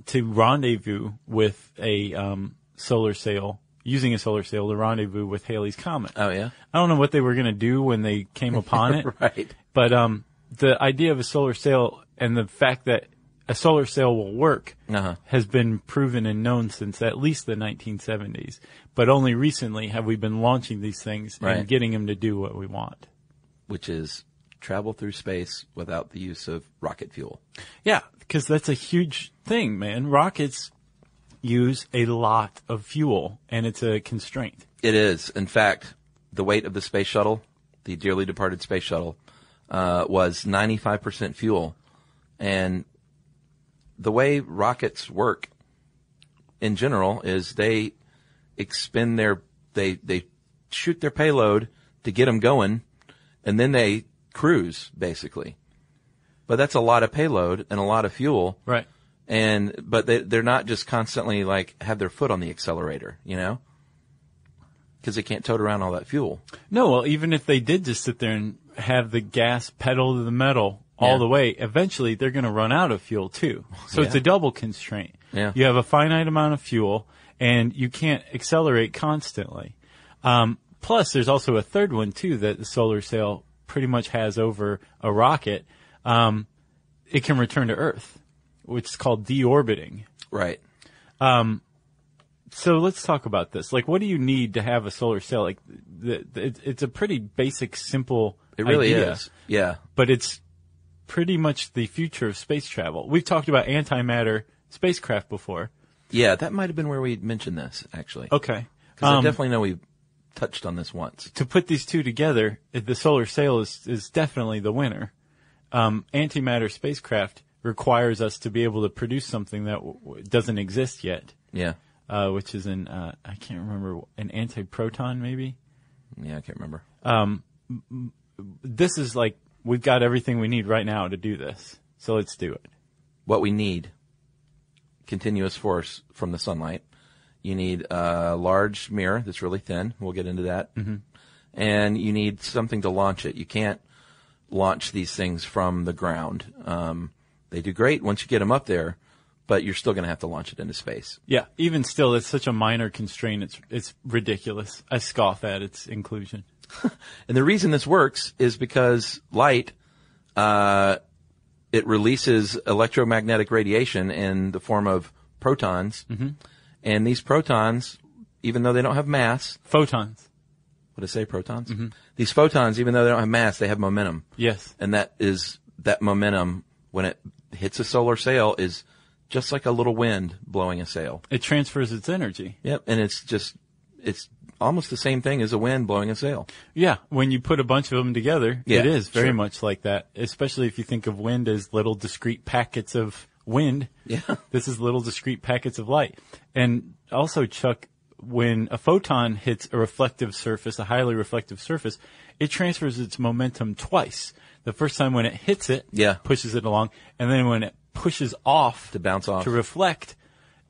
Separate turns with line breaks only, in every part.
to rendezvous with a, um, solar sail, using a solar sail to rendezvous with Halley's Comet.
Oh, yeah?
I don't know what they were going to do when they came upon it.
Right.
But um, the idea of a solar sail and the fact that a solar sail will work
Uh-huh.
has been proven and known since at least the 1970s. But only recently have we been launching these things
Right.
and getting them to do what we want.
Which is travel through space without the use of rocket fuel.
Yeah, because that's a huge thing, man. Rockets use a lot of fuel, and it's a constraint.
It is. In fact, the weight of the space shuttle, the dearly departed space shuttle, uh, was 95% fuel. And the way rockets work in general is they expend their, they, they shoot their payload to get them going and then they cruise basically. But that's a lot of payload and a lot of fuel.
Right.
And, but they, they're not just constantly like have their foot on the accelerator, you know? Cause they can't tote around all that fuel.
No, well, even if they did just sit there and have the gas pedal to the metal all
Yeah.
the way, eventually they're going to run out of fuel too. So it's
Yeah.
a double constraint.
Yeah.
You have a finite amount of fuel and you can't accelerate constantly. Um, plus there's also a third one too that the solar sail pretty much has over a rocket. Um, it can return to Earth, which is called deorbiting.
Right.
So let's talk about this. Like, what do you need to have a solar sail? Like, the, the, it- it's a pretty basic, simple.
It really
idea,
is. Yeah.
But it's pretty much the future of space travel. We've talked about antimatter spacecraft before.
Yeah. That might have been where we mentioned this actually.
Okay.
Cause I
Um,
definitely know we touched on this once.
to put these two together, the solar sail is, is definitely the winner. Um, antimatter spacecraft requires us to be able to produce something that w- w- doesn't exist yet,
Yeah.
uh, which is an, uh, I can't remember, an antiproton maybe?
Yeah. I can't remember.
this is like we've got everything we need right now to do this. So let's do it.
What we need, continuous force from the sunlight. You need a large mirror that's really thin. We'll get into that. Mm-hmm. And you need something to launch it. You can't launch these things from the ground. Um, they do great once you get them up there, but you're still going to have to launch it into space.
Yeah. Even still, it's such a minor constraint. It's it's ridiculous. I scoff at its inclusion.
And the reason this works is because light, uh, it releases electromagnetic radiation in the form of protons. And these protons, even though they don't have mass,
Photons.
what did I say, protons? These photons, even though they don't have mass, they have momentum.
Yes.
And that is, that momentum, when it hits a solar sail, is just like a little wind blowing a sail.
It transfers its energy.
Yep. And it's just, it's almost the same thing as a wind blowing a sail.
Yeah. When you put a bunch of them together,
Yeah,
it is very
sure.
much like that. Especially if you think of wind as little discrete packets of wind.
Yeah.
This is little discrete packets of light. And also, Chuck, when a photon hits a reflective surface, a highly reflective surface, it transfers its momentum twice. The first time when it hits it,
Yeah.
pushes it along, and then when it pushes off
To bounce off.
to reflect,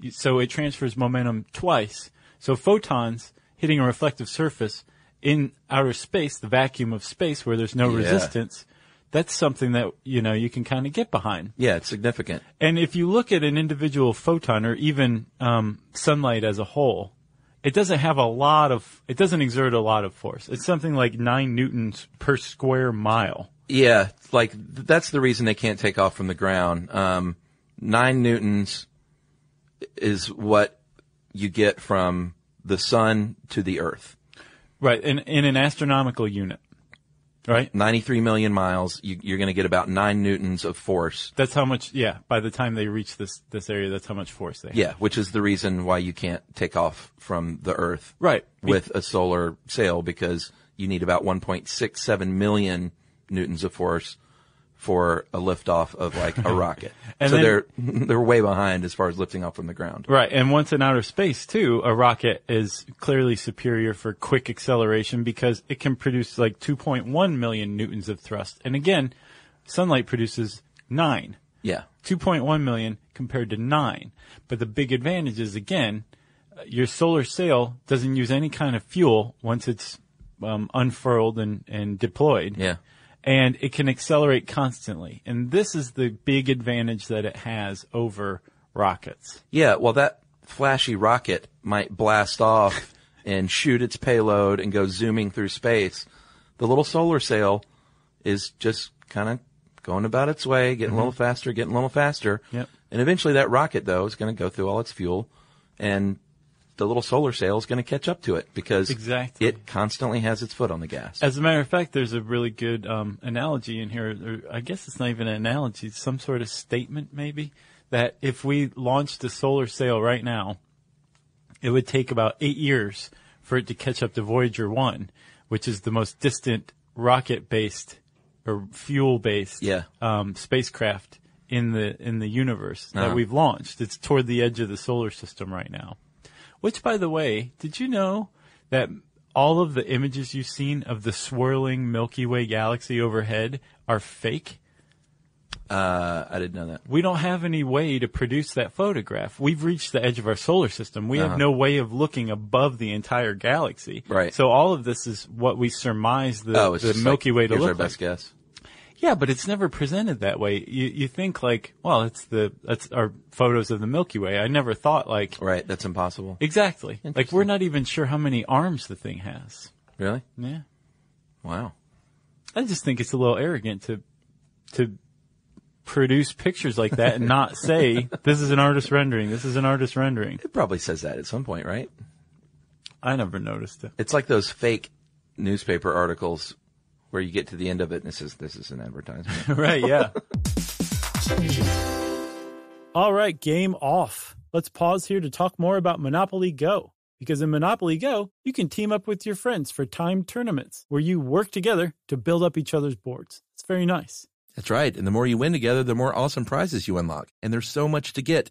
you- so it transfers momentum twice. So photons hitting a reflective surface in outer space, the vacuum of space where there's no
Yeah.
resistance, that's something that, you know, you can kind of get behind.
Yeah. It's significant.
And if you look at an individual photon or even um, sunlight as a whole, it doesn't have a lot of, it doesn't exert a lot of force. It's something like nine newtons per square mile.
Yeah, like th- that's the reason they can't take off from the ground. Um, nine newtons is what you get from the sun to the earth.
Right. In, in an astronomical unit.
right?
93 million miles, you, you're going to get about nine newtons of force.
That's how much. Yeah, by the time they reach this this area, that's how much force they. have.
Yeah, which is the reason why you can't take off from the Earth
Right. Be-
with a solar sail because you need about 1.67 million newtons of force for a liftoff of like a rocket.
And
so
then-
they're they're way behind as far as lifting off from the ground.
Right, and once in outer space too, a rocket is clearly superior for quick acceleration because it can produce like 2.1 million newtons of thrust. And again, sunlight produces 9.
Yeah.
2.1 million compared to 9. But the big advantage is again, your solar sail doesn't use any kind of fuel once it's um, unfurled and, and deployed
Yeah.
and it can accelerate constantly. And this is the big advantage that it has over rockets.
Yeah, well, that flashy rocket might blast off and shoot its payload and go zooming through space. The little solar sail is just kind of going about its way, getting a little faster, getting a little faster.
Mm-hmm. Yep.
And eventually that rocket, though, is going to go through all its fuel and the little solar sail is going to catch up to it because
Exactly.
it constantly has its foot on the gas.
As a matter of fact, there's a really good um, analogy in here. Or I guess it's not even an analogy; it's some sort of statement, maybe. That if we launched a solar sail right now, it would take about eight years for it to catch up to Voyager One, which is the most distant rocket-based or fuel-based
Yeah.
um, spacecraft in the in the universe
Uh-huh.
that we've launched. It's toward the edge of the solar system right now. Which, by the way, did you know that all of the images you've seen of the swirling Milky Way galaxy overhead are fake?
Uh, I didn't know that.
We don't have any way to produce that photograph. We've reached the edge of our solar system. We have no way of looking above the entire galaxy.
Uh-huh. Right.
So all of this is what we surmise the,
oh, it's
the
just
Milky
like,
Way to
here's our
look like.
best guess.
Yeah, but it's never presented that way. You you think like, well, it's the that's our photos of the Milky Way. I never thought like
Right, that's impossible.
exactly like we're not even sure how many arms the thing has.
Really?
Yeah,
Wow.
I just think it's a little arrogant to to produce pictures like that and not say this is an artist rendering. This is an artist rendering.
It probably says that at some point, right?
I never noticed it.
It's like those fake newspaper articles where you get to the end of it and it says, this is an advertisement.
right? Yeah.
All right, game off. Let's pause here to talk more about Monopoly Go. Because in Monopoly Go, you can team up with your friends for timed tournaments where you work together to build up each other's boards. It's very nice.
That's right. And the more you win together, the more awesome prizes you unlock. And there's so much to get.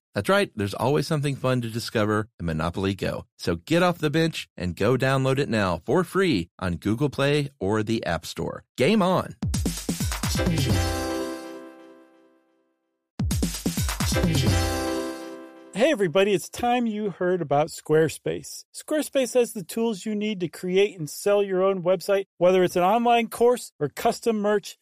That's right, there's always something fun to discover in Monopoly Go. So get off the bench and go download it now for free on Google Play or the App Store. Game on!
Hey, everybody, it's time you heard about Squarespace. Squarespace has the tools you need to create and sell your own website, whether it's an online course or custom merch.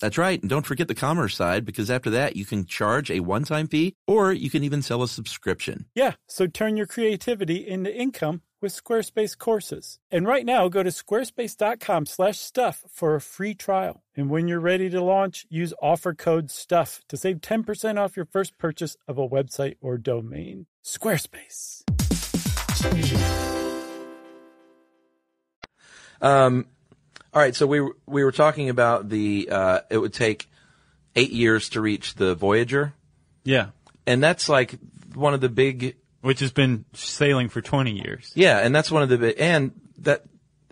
That's right. And don't forget the commerce side because after that, you can charge a one time fee or you can even sell a subscription.
Yeah, so turn your creativity into income with Squarespace courses. And right now, go to squarespace.com/stuff for a free trial. And when you're ready to launch, use offer code STUFF to save 10% off your first purchase of a website or domain. Squarespace.
Um, all right. So we were- we were talking about the uh, it would take eight years to reach the Voyager,
Yeah.
and that's like one of the big
Which has been sailing for 20 years.
yeah, and that's one of the bi- and that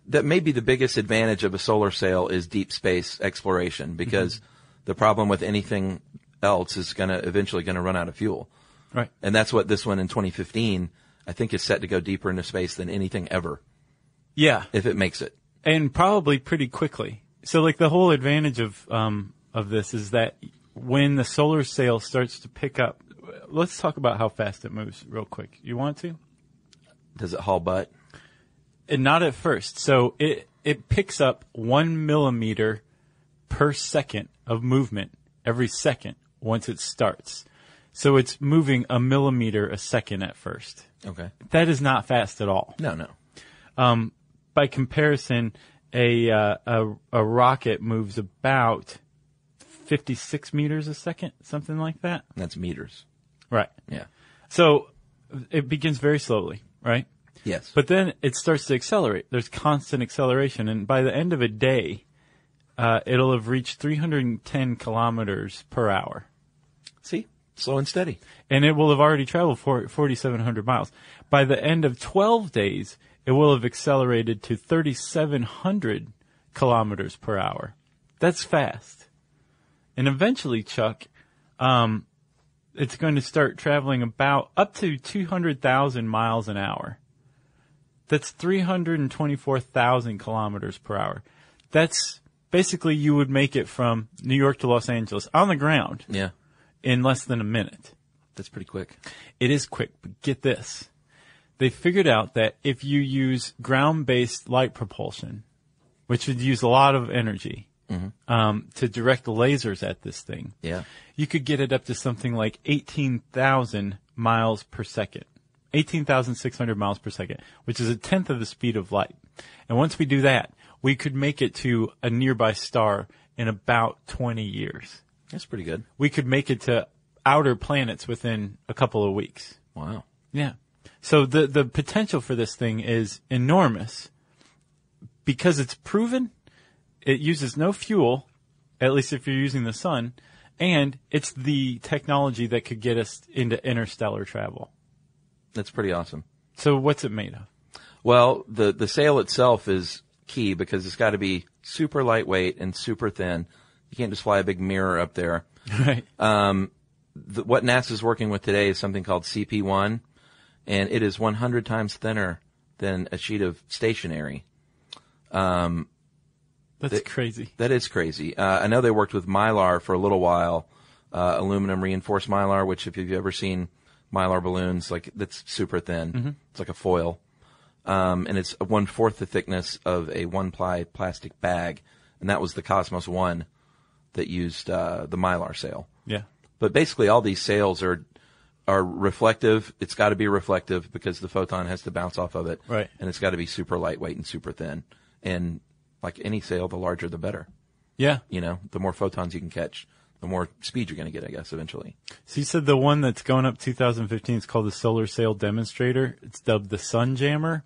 that may be the biggest advantage of a solar sail is deep space exploration because the problem with anything else is gonna eventually gonna run out of fuel,
Right.
and that's what this one in 2015 I think is set to go deeper into space than anything ever.
Yeah.
if it makes it.
and probably pretty quickly. So like the whole advantage of um, of this is that when the solar sail starts to pick up, let's talk about how fast it moves real quick. You want to?
Does it haul butt?
And not at first. So it it picks up one millimeter per second of movement every second once it starts. So it's moving a millimeter a second at first.
Okay.
That is not fast at all.
No, no.
by comparison, a uh, a, a rocket moves about 56 meters a second, something like that.
That's meters.
Right.
Yeah.
So it begins very slowly, right?
Yes.
But then it starts to accelerate. There's constant acceleration, and by the end of a day, uh, it'll have reached 310 kilometers per hour,
see, slow and steady.
and it will have already traveled for 4,700 miles. By the end of 12 days, it will have accelerated to 3,700 kilometers per hour. That's fast. And eventually, Chuck, um, it's going to start traveling about up to 200,000 miles an hour. That's 324,000 kilometers per hour. That's basically you would make it from New York to Los Angeles on the ground
Yeah.
in less than a minute.
That's pretty quick.
It is quick, but get this. They figured out that if you use ground based light propulsion, which would use a lot of energy um, to direct lasers at this thing,
Yeah.
you could get it up to something like 18,000 miles per second. 18,600 miles per second, which is a tenth of the speed of light. And once we do that, we could make it to a nearby star in about 20 years.
That's pretty good.
We could make it to outer planets within a couple of weeks.
Wow.
Yeah. So the the potential for this thing is enormous because it's proven it uses no fuel, at least if you're using the sun, and it's the technology that could get us into interstellar travel.
That's pretty awesome.
So what's it made of?
Well, the, the sail itself is key because it's got to be super lightweight and super thin. You can't just fly a big mirror up there.
Right.
The, what NASA's working with today is something called CP1, and it is 100 times thinner than a sheet of stationery.
That's crazy.
That is crazy. Uh, I know they worked with Mylar for a little while, uh, aluminum reinforced Mylar, which if you've ever seen Mylar balloons, like that's super thin. It's like a foil. Um, and it's one fourth the thickness of a one ply plastic bag. And that was the Cosmos One that used, uh, the Mylar sail.
Yeah.
But basically all these sails are, are reflective. It's got to be reflective because the photon has to bounce off of it.
Right.
And it's got to be super lightweight and super thin. And like any sail, the larger the better
Yeah.
you know, the more photons you can catch, the more speed you're going to get, I guess, eventually.
So you said the one that's going up 2015 is called the Solar Sail Demonstrator. It's dubbed the Sun Jammer,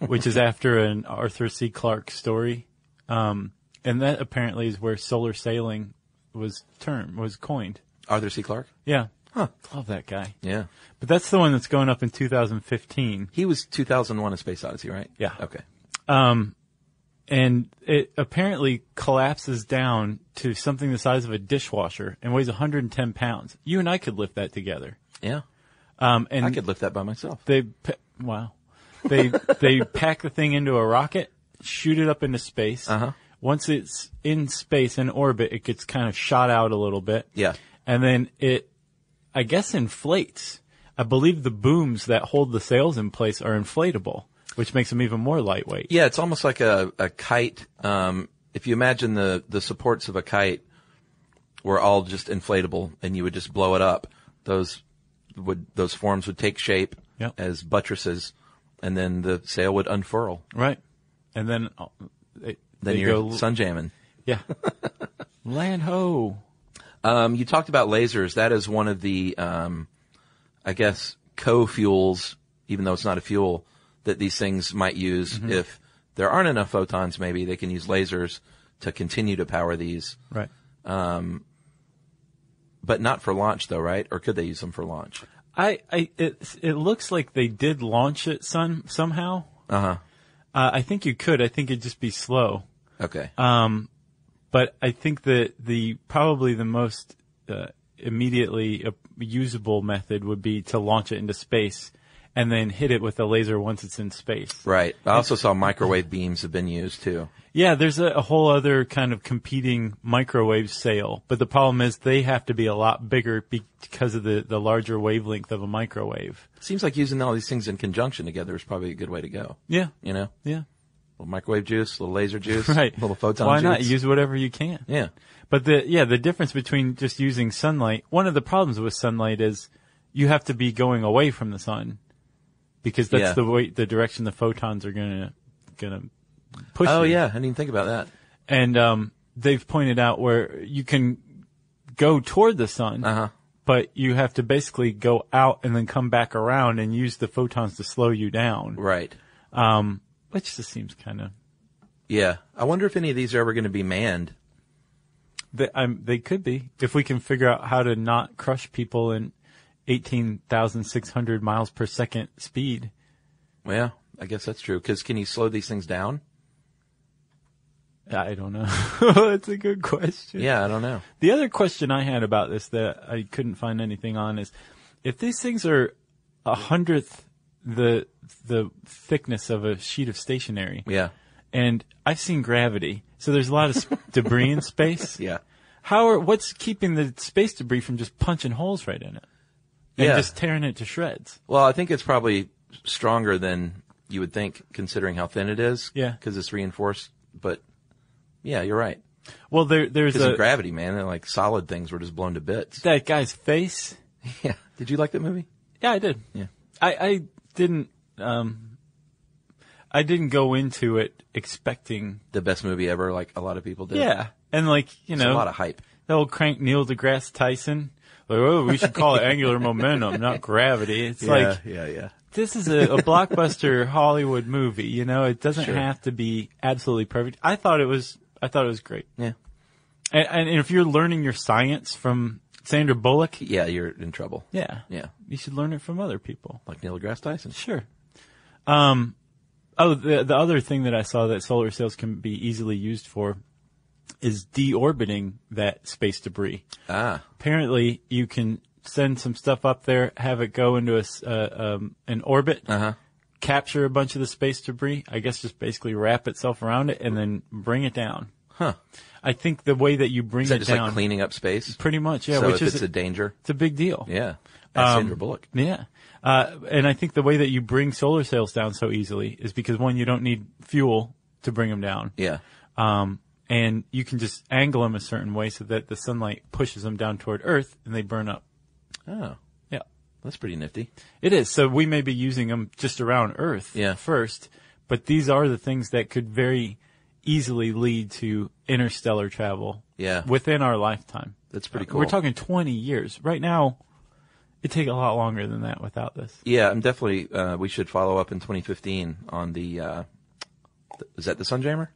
which is after an Arthur C. Clarke story, um, and that apparently is where solar sailing was term was coined.
Arthur C. Clarke?
Yeah,
Huh.
love that guy.
Yeah.
But that's the one that's going up in 2015,
He was 2001 A Space Odyssey, right?
Yeah.
Okay.
Um, and it apparently collapses down to something the size of a dishwasher and weighs 110 pounds. You and I could lift that together.
Yeah.
Um, and
I could lift that by myself.
They pa- wow. They they pack the thing into a rocket, shoot it up into space.
Uh-huh.
Once it's in space in orbit, it gets kind of shot out a little bit.
Yeah.
And then it I guess inflates. I believe the booms that hold the sails in place are inflatable, which makes them even more lightweight.
Yeah, it's almost like a, a kite. Um, if you imagine the, the supports of a kite were all just inflatable and you would just blow it up, those would, those forms would take shape
Yep.
as buttresses and then the sail would unfurl.
Right. And then uh, they,
Then
they
you're
go
sun jamming.
yeah. Land ho.
Um, you talked about lasers. That is one of the, um, I guess, co-fuels, even though it's not a fuel, that these things might use. If there aren't enough photons, maybe they can use lasers to continue to power these,
Right.
but not for launch though, right? Or could they use them for launch?
I, I it, it looks like they did launch it some, somehow.
Uh
Uh, I think you could. I think it'd just be slow.
huh. Okay.
But I think that the probably the most uh, immediately uh, usable method would be to launch it into space and then hit it with a laser once it's in space.
Right. I also saw microwave beams have been used too.
Yeah, there's a, a whole other kind of competing microwave sale, but the problem is they have to be a lot bigger because of the, the larger wavelength of a microwave.
Seems like using all these things in conjunction together is probably a good way to go.
Yeah.
You know,
Yeah.
little microwave juice, little laser juice,
Right.
little photon
Why
juice.
not use whatever you can?
yeah.
But the yeah, the difference between just using sunlight. One of the problems with sunlight is you have to be going away from the sun because that's
Yeah.
the way the direction the photons are gonna gonna push.
Oh
you.
yeah, I didn't even think about that.
and um, they've pointed out where you can go toward the sun,
Uh huh.
but you have to basically go out and then come back around and use the photons to slow you down,
Right.
which just seems kind of.
Yeah. I wonder if any of these are ever going to be manned.
They, I'm, they could be if we can figure out how to not crush people in eighteen thousand six hundred miles per second speed.
Yeah, I guess that's true. Because can you slow these things down?
I don't know. That's a good question.
Yeah, I don't know.
The other question I had about this that I couldn't find anything on is if these things are a hundredth the the thickness of a sheet of stationery,
Yeah.
and I've seen gravity, so there's a lot of sp- debris in space.
Yeah.
How are what's keeping the space debris from just punching holes right in it and
Yeah.
just tearing it to shreds?
Well, I think it's probably stronger than you would think, considering how thin it is.
Yeah.
Because it's reinforced. But yeah, you're right.
Well, there there's
Because
a
of gravity, man, and like solid things were just blown to bits.
that guy's face.
Yeah. Did you like that movie?
Yeah, I did.
Yeah.
I, I didn't um I didn't go into it expecting
The best movie ever, like a lot of people did.
Yeah. And like, you
It's
know,
a lot of hype.
the old crank Neil deGrasse Tyson. Like, oh, we should call it angular momentum, not gravity. It's like,
yeah, yeah.
this is a, a blockbuster Hollywood movie, you know, it doesn't
Sure.
have to be absolutely perfect. I thought it was, I thought it was great.
Yeah.
And, and if you're learning your science from Sandra Bullock,
Yeah, you're in trouble.
yeah,
Yeah.
you should learn it from other people.
Like Neil deGrasse Tyson.
Sure. Um, oh, the the other thing that I saw that solar sails can be easily used for is deorbiting that space debris.
Ah.
Apparently, you can send some stuff up there, have it go into a s- uh, um, an orbit,
Uh-huh.
capture a bunch of the space debris. I guess just basically wrap itself around it and then bring it down.
Huh.
I think the way that you bring
Is that
it
just
down,
like cleaning up space?
pretty much, yeah,
so
which
if
is
it's a danger.
it's a big deal.
Yeah. That's
Um,
Sandra Bullock.
Yeah. Uh, and I think the way that you bring solar sails down so easily is because one, you don't need fuel to bring them down.
Yeah.
Um, and you can just angle them a certain way so that the sunlight pushes them down toward Earth and they burn up.
Oh,
Yeah.
that's pretty nifty.
It is. So we may be using them just around Earth
Yeah.
first, but these are the things that could very easily lead to interstellar travel
Yeah.
within our lifetime.
That's pretty
Uh,
cool.
We're talking 20 years. Right now, it'd take a lot longer than that without this.
Yeah, I'm definitely. Uh, we should follow up in 2015 on the. Uh, th- is that the Sunjammer?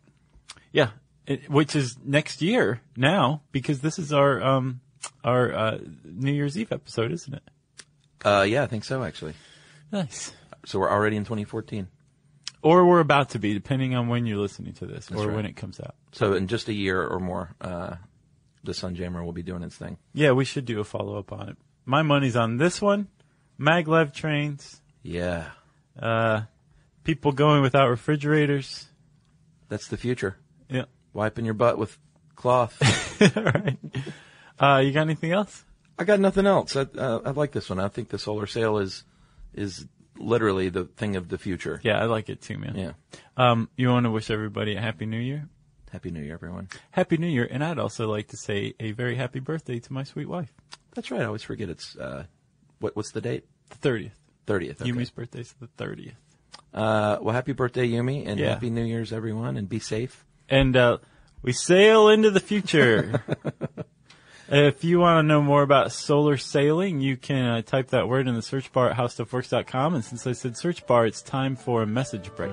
Yeah, it, which is next year now because this is our um our uh, New Year's Eve episode, isn't it?
Uh, yeah, I think so. Actually,
Nice.
so we're already in 2014.
Or we're about to be, depending on when you're listening to this or
right.
when it comes out.
So in just a year or more, uh, the Sunjammer will be doing its thing.
Yeah, we should do a follow up on it. My money's on this one. Maglev trains,
Yeah,
uh, people going without refrigerators.
that's the future.
Yeah.
Wiping your butt with cloth.
All right. Uh, you got anything else?
I got nothing else. I, uh, I like this one. I think the solar sail is is literally the thing of the future.
Yeah, I like it too, man.
yeah.
Um, you want to wish everybody a happy new year?
Happy New Year, everyone.
Happy new year. And I'd also like to say a very happy birthday to my sweet wife,
That's right. I always forget it's uh, what what's the date?
the 30th.
30th. Okay.
Yumi's birthday's the 30th.
Uh, well, happy birthday, Yumi, and
Yeah.
happy New Year's, everyone, and be safe.
And uh, we sail into the future. if you want to know more about solar sailing, you can uh, type that word in the search bar at howstuffworks.com. And since I said search bar, it's time for a message break.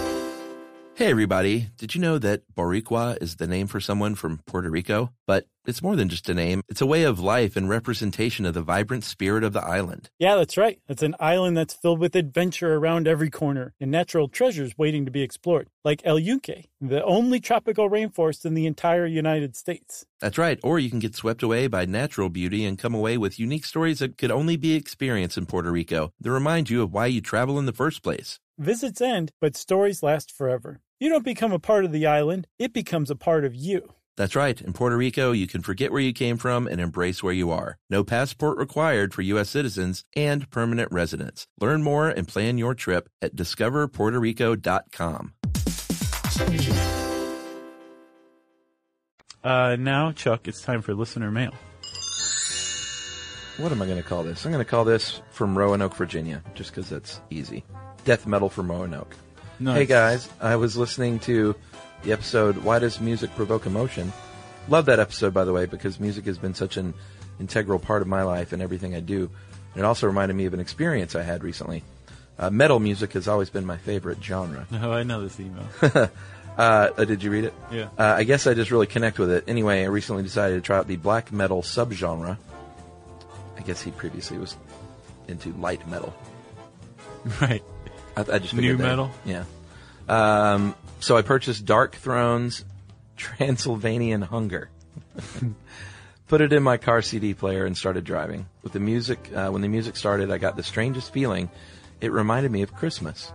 Hey everybody, did you know that Boricua is the name for someone from Puerto Rico? But it's more than just a name, it's a way of life and representation of the vibrant spirit of the island.
Yeah, that's right. It's an island that's filled with adventure around every corner and natural treasures waiting to be explored, like El Yunque, the only tropical rainforest in the entire United States.
That's right, or you can get swept away by natural beauty and come away with unique stories that could only be experienced in Puerto Rico that remind you of why you travel in the first place.
Visits end, but stories last forever. You don't become a part of the island, it becomes a part of you.
That's right. In Puerto Rico, you can forget where you came from and embrace where you are. No passport required for U.S. citizens and permanent residents. Learn more and plan your trip at discoverpuertorico.com.
Uh, now, Chuck, it's time for listener mail.
What am I going to call this? I'm going to call this from Roanoke, Virginia, just because that's easy. Death metal from Roanoke.
Nice.
Hey guys, I was listening to the episode Why Does Music Provoke Emotion? Love that episode, by the way, because music has been such an integral part of my life and everything I do. And it also reminded me of an experience I had recently. Uh, metal music has always been my favorite genre.
No, I know this email.
Uh, uh, did you read it?
Yeah.
Uh, I guess I just really connect with it. Anyway, I recently decided to try out the black metal subgenre. I guess he previously was into light metal.
right.
I, I just
Nu
figured that-
metal?
Yeah. Um, so I purchased Dark Thrones, Transylvanian Hunger. Put it in my car CD player and started driving. With the music, uh, when the music started, I got the strangest feeling. It reminded me of Christmas.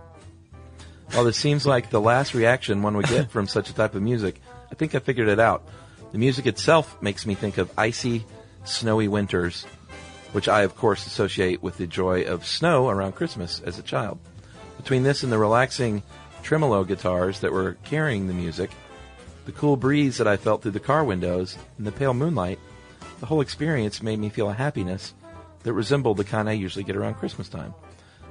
While this seems like the last reaction one would get from such a type of music, I think I figured it out. The music itself makes me think of icy, snowy winters, which I, of course, associate with the joy of snow around Christmas as a child. Between this and the relaxing tremolo guitars that were carrying the music, the cool breeze that I felt through the car windows, and the pale moonlight, the whole experience made me feel a happiness that resembled the kind I usually get around Christmas time.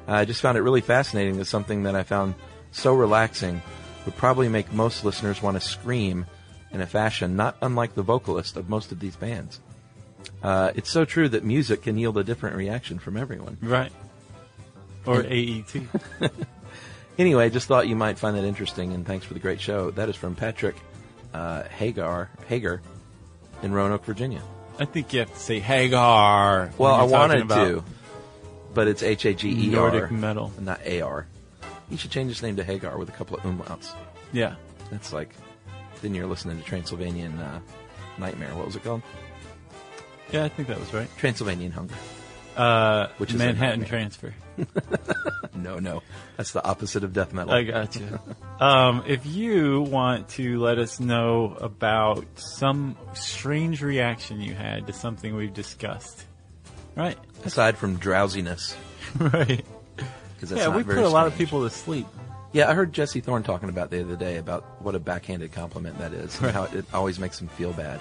I just found it really fascinating that something that I found so relaxing would probably make most listeners want to scream in a fashion not unlike the vocalist of most of these bands. Uh, it's so true that music can yield a different reaction from everyone.
Right. Or E AET.
Anyway, just thought you might find that interesting, and thanks for the great show. That is from Patrick uh, Hagar Hager in Roanoke, Virginia.
I think you have to say Hagar. when
Well, I
you're talking
wanted
about
to, but it's H A G E R,
Nordic metal.
not A R. You should change his name to Hagar with a couple of umlauts.
Yeah.
That's like then you're listening to Transylvanian uh, Nightmare. What was it called?
Yeah, I think that was right.
Transylvanian Hunger.
Uh,
Which is a
Manhattan
nightmare.
Transfer.
No, no, that's the opposite of death metal.
I got you. um, if you want to let us know about some strange reaction you had to something we've discussed, right?
Aside from drowsiness,
right.
'cause that's
Yeah,
not
we put
very
a lot of
strange.
people to sleep.
Yeah, I heard Jesse Thorne talking about the other day about what a backhanded compliment that is and how it always makes them feel bad.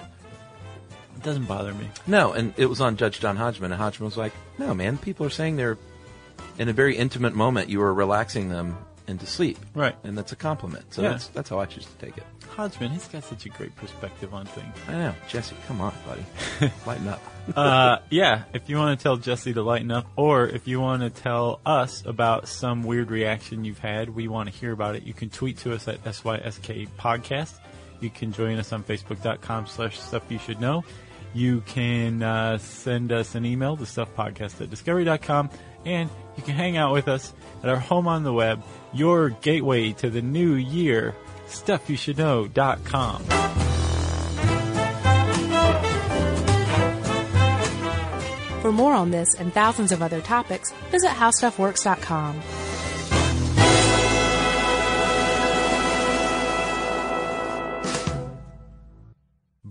It doesn't bother me.
No, and it was on Judge John Hodgman, and Hodgman was like, "No, man, people are saying they're in a very intimate moment. You are relaxing them into sleep,
Right.
And that's a compliment. So
Yeah.
that's that's how I choose to take it.
Hodgman, he's got such a great perspective on things.
I know, Jesse, come on, buddy, lighten up.
uh, yeah, if you want to tell Jesse to lighten up, or if you want to tell us about some weird reaction you've had, we want to hear about it. You can tweet to us at SYSK Podcast. You can join us on Facebook.com slash Stuff You Should Know. You can uh, send us an email to stuffpodcast at discovery.com, and you can hang out with us at our home on the web, your gateway to the new year, stuffyoushouldknow.com.
For more on this and thousands of other topics, visit howstuffworks.com.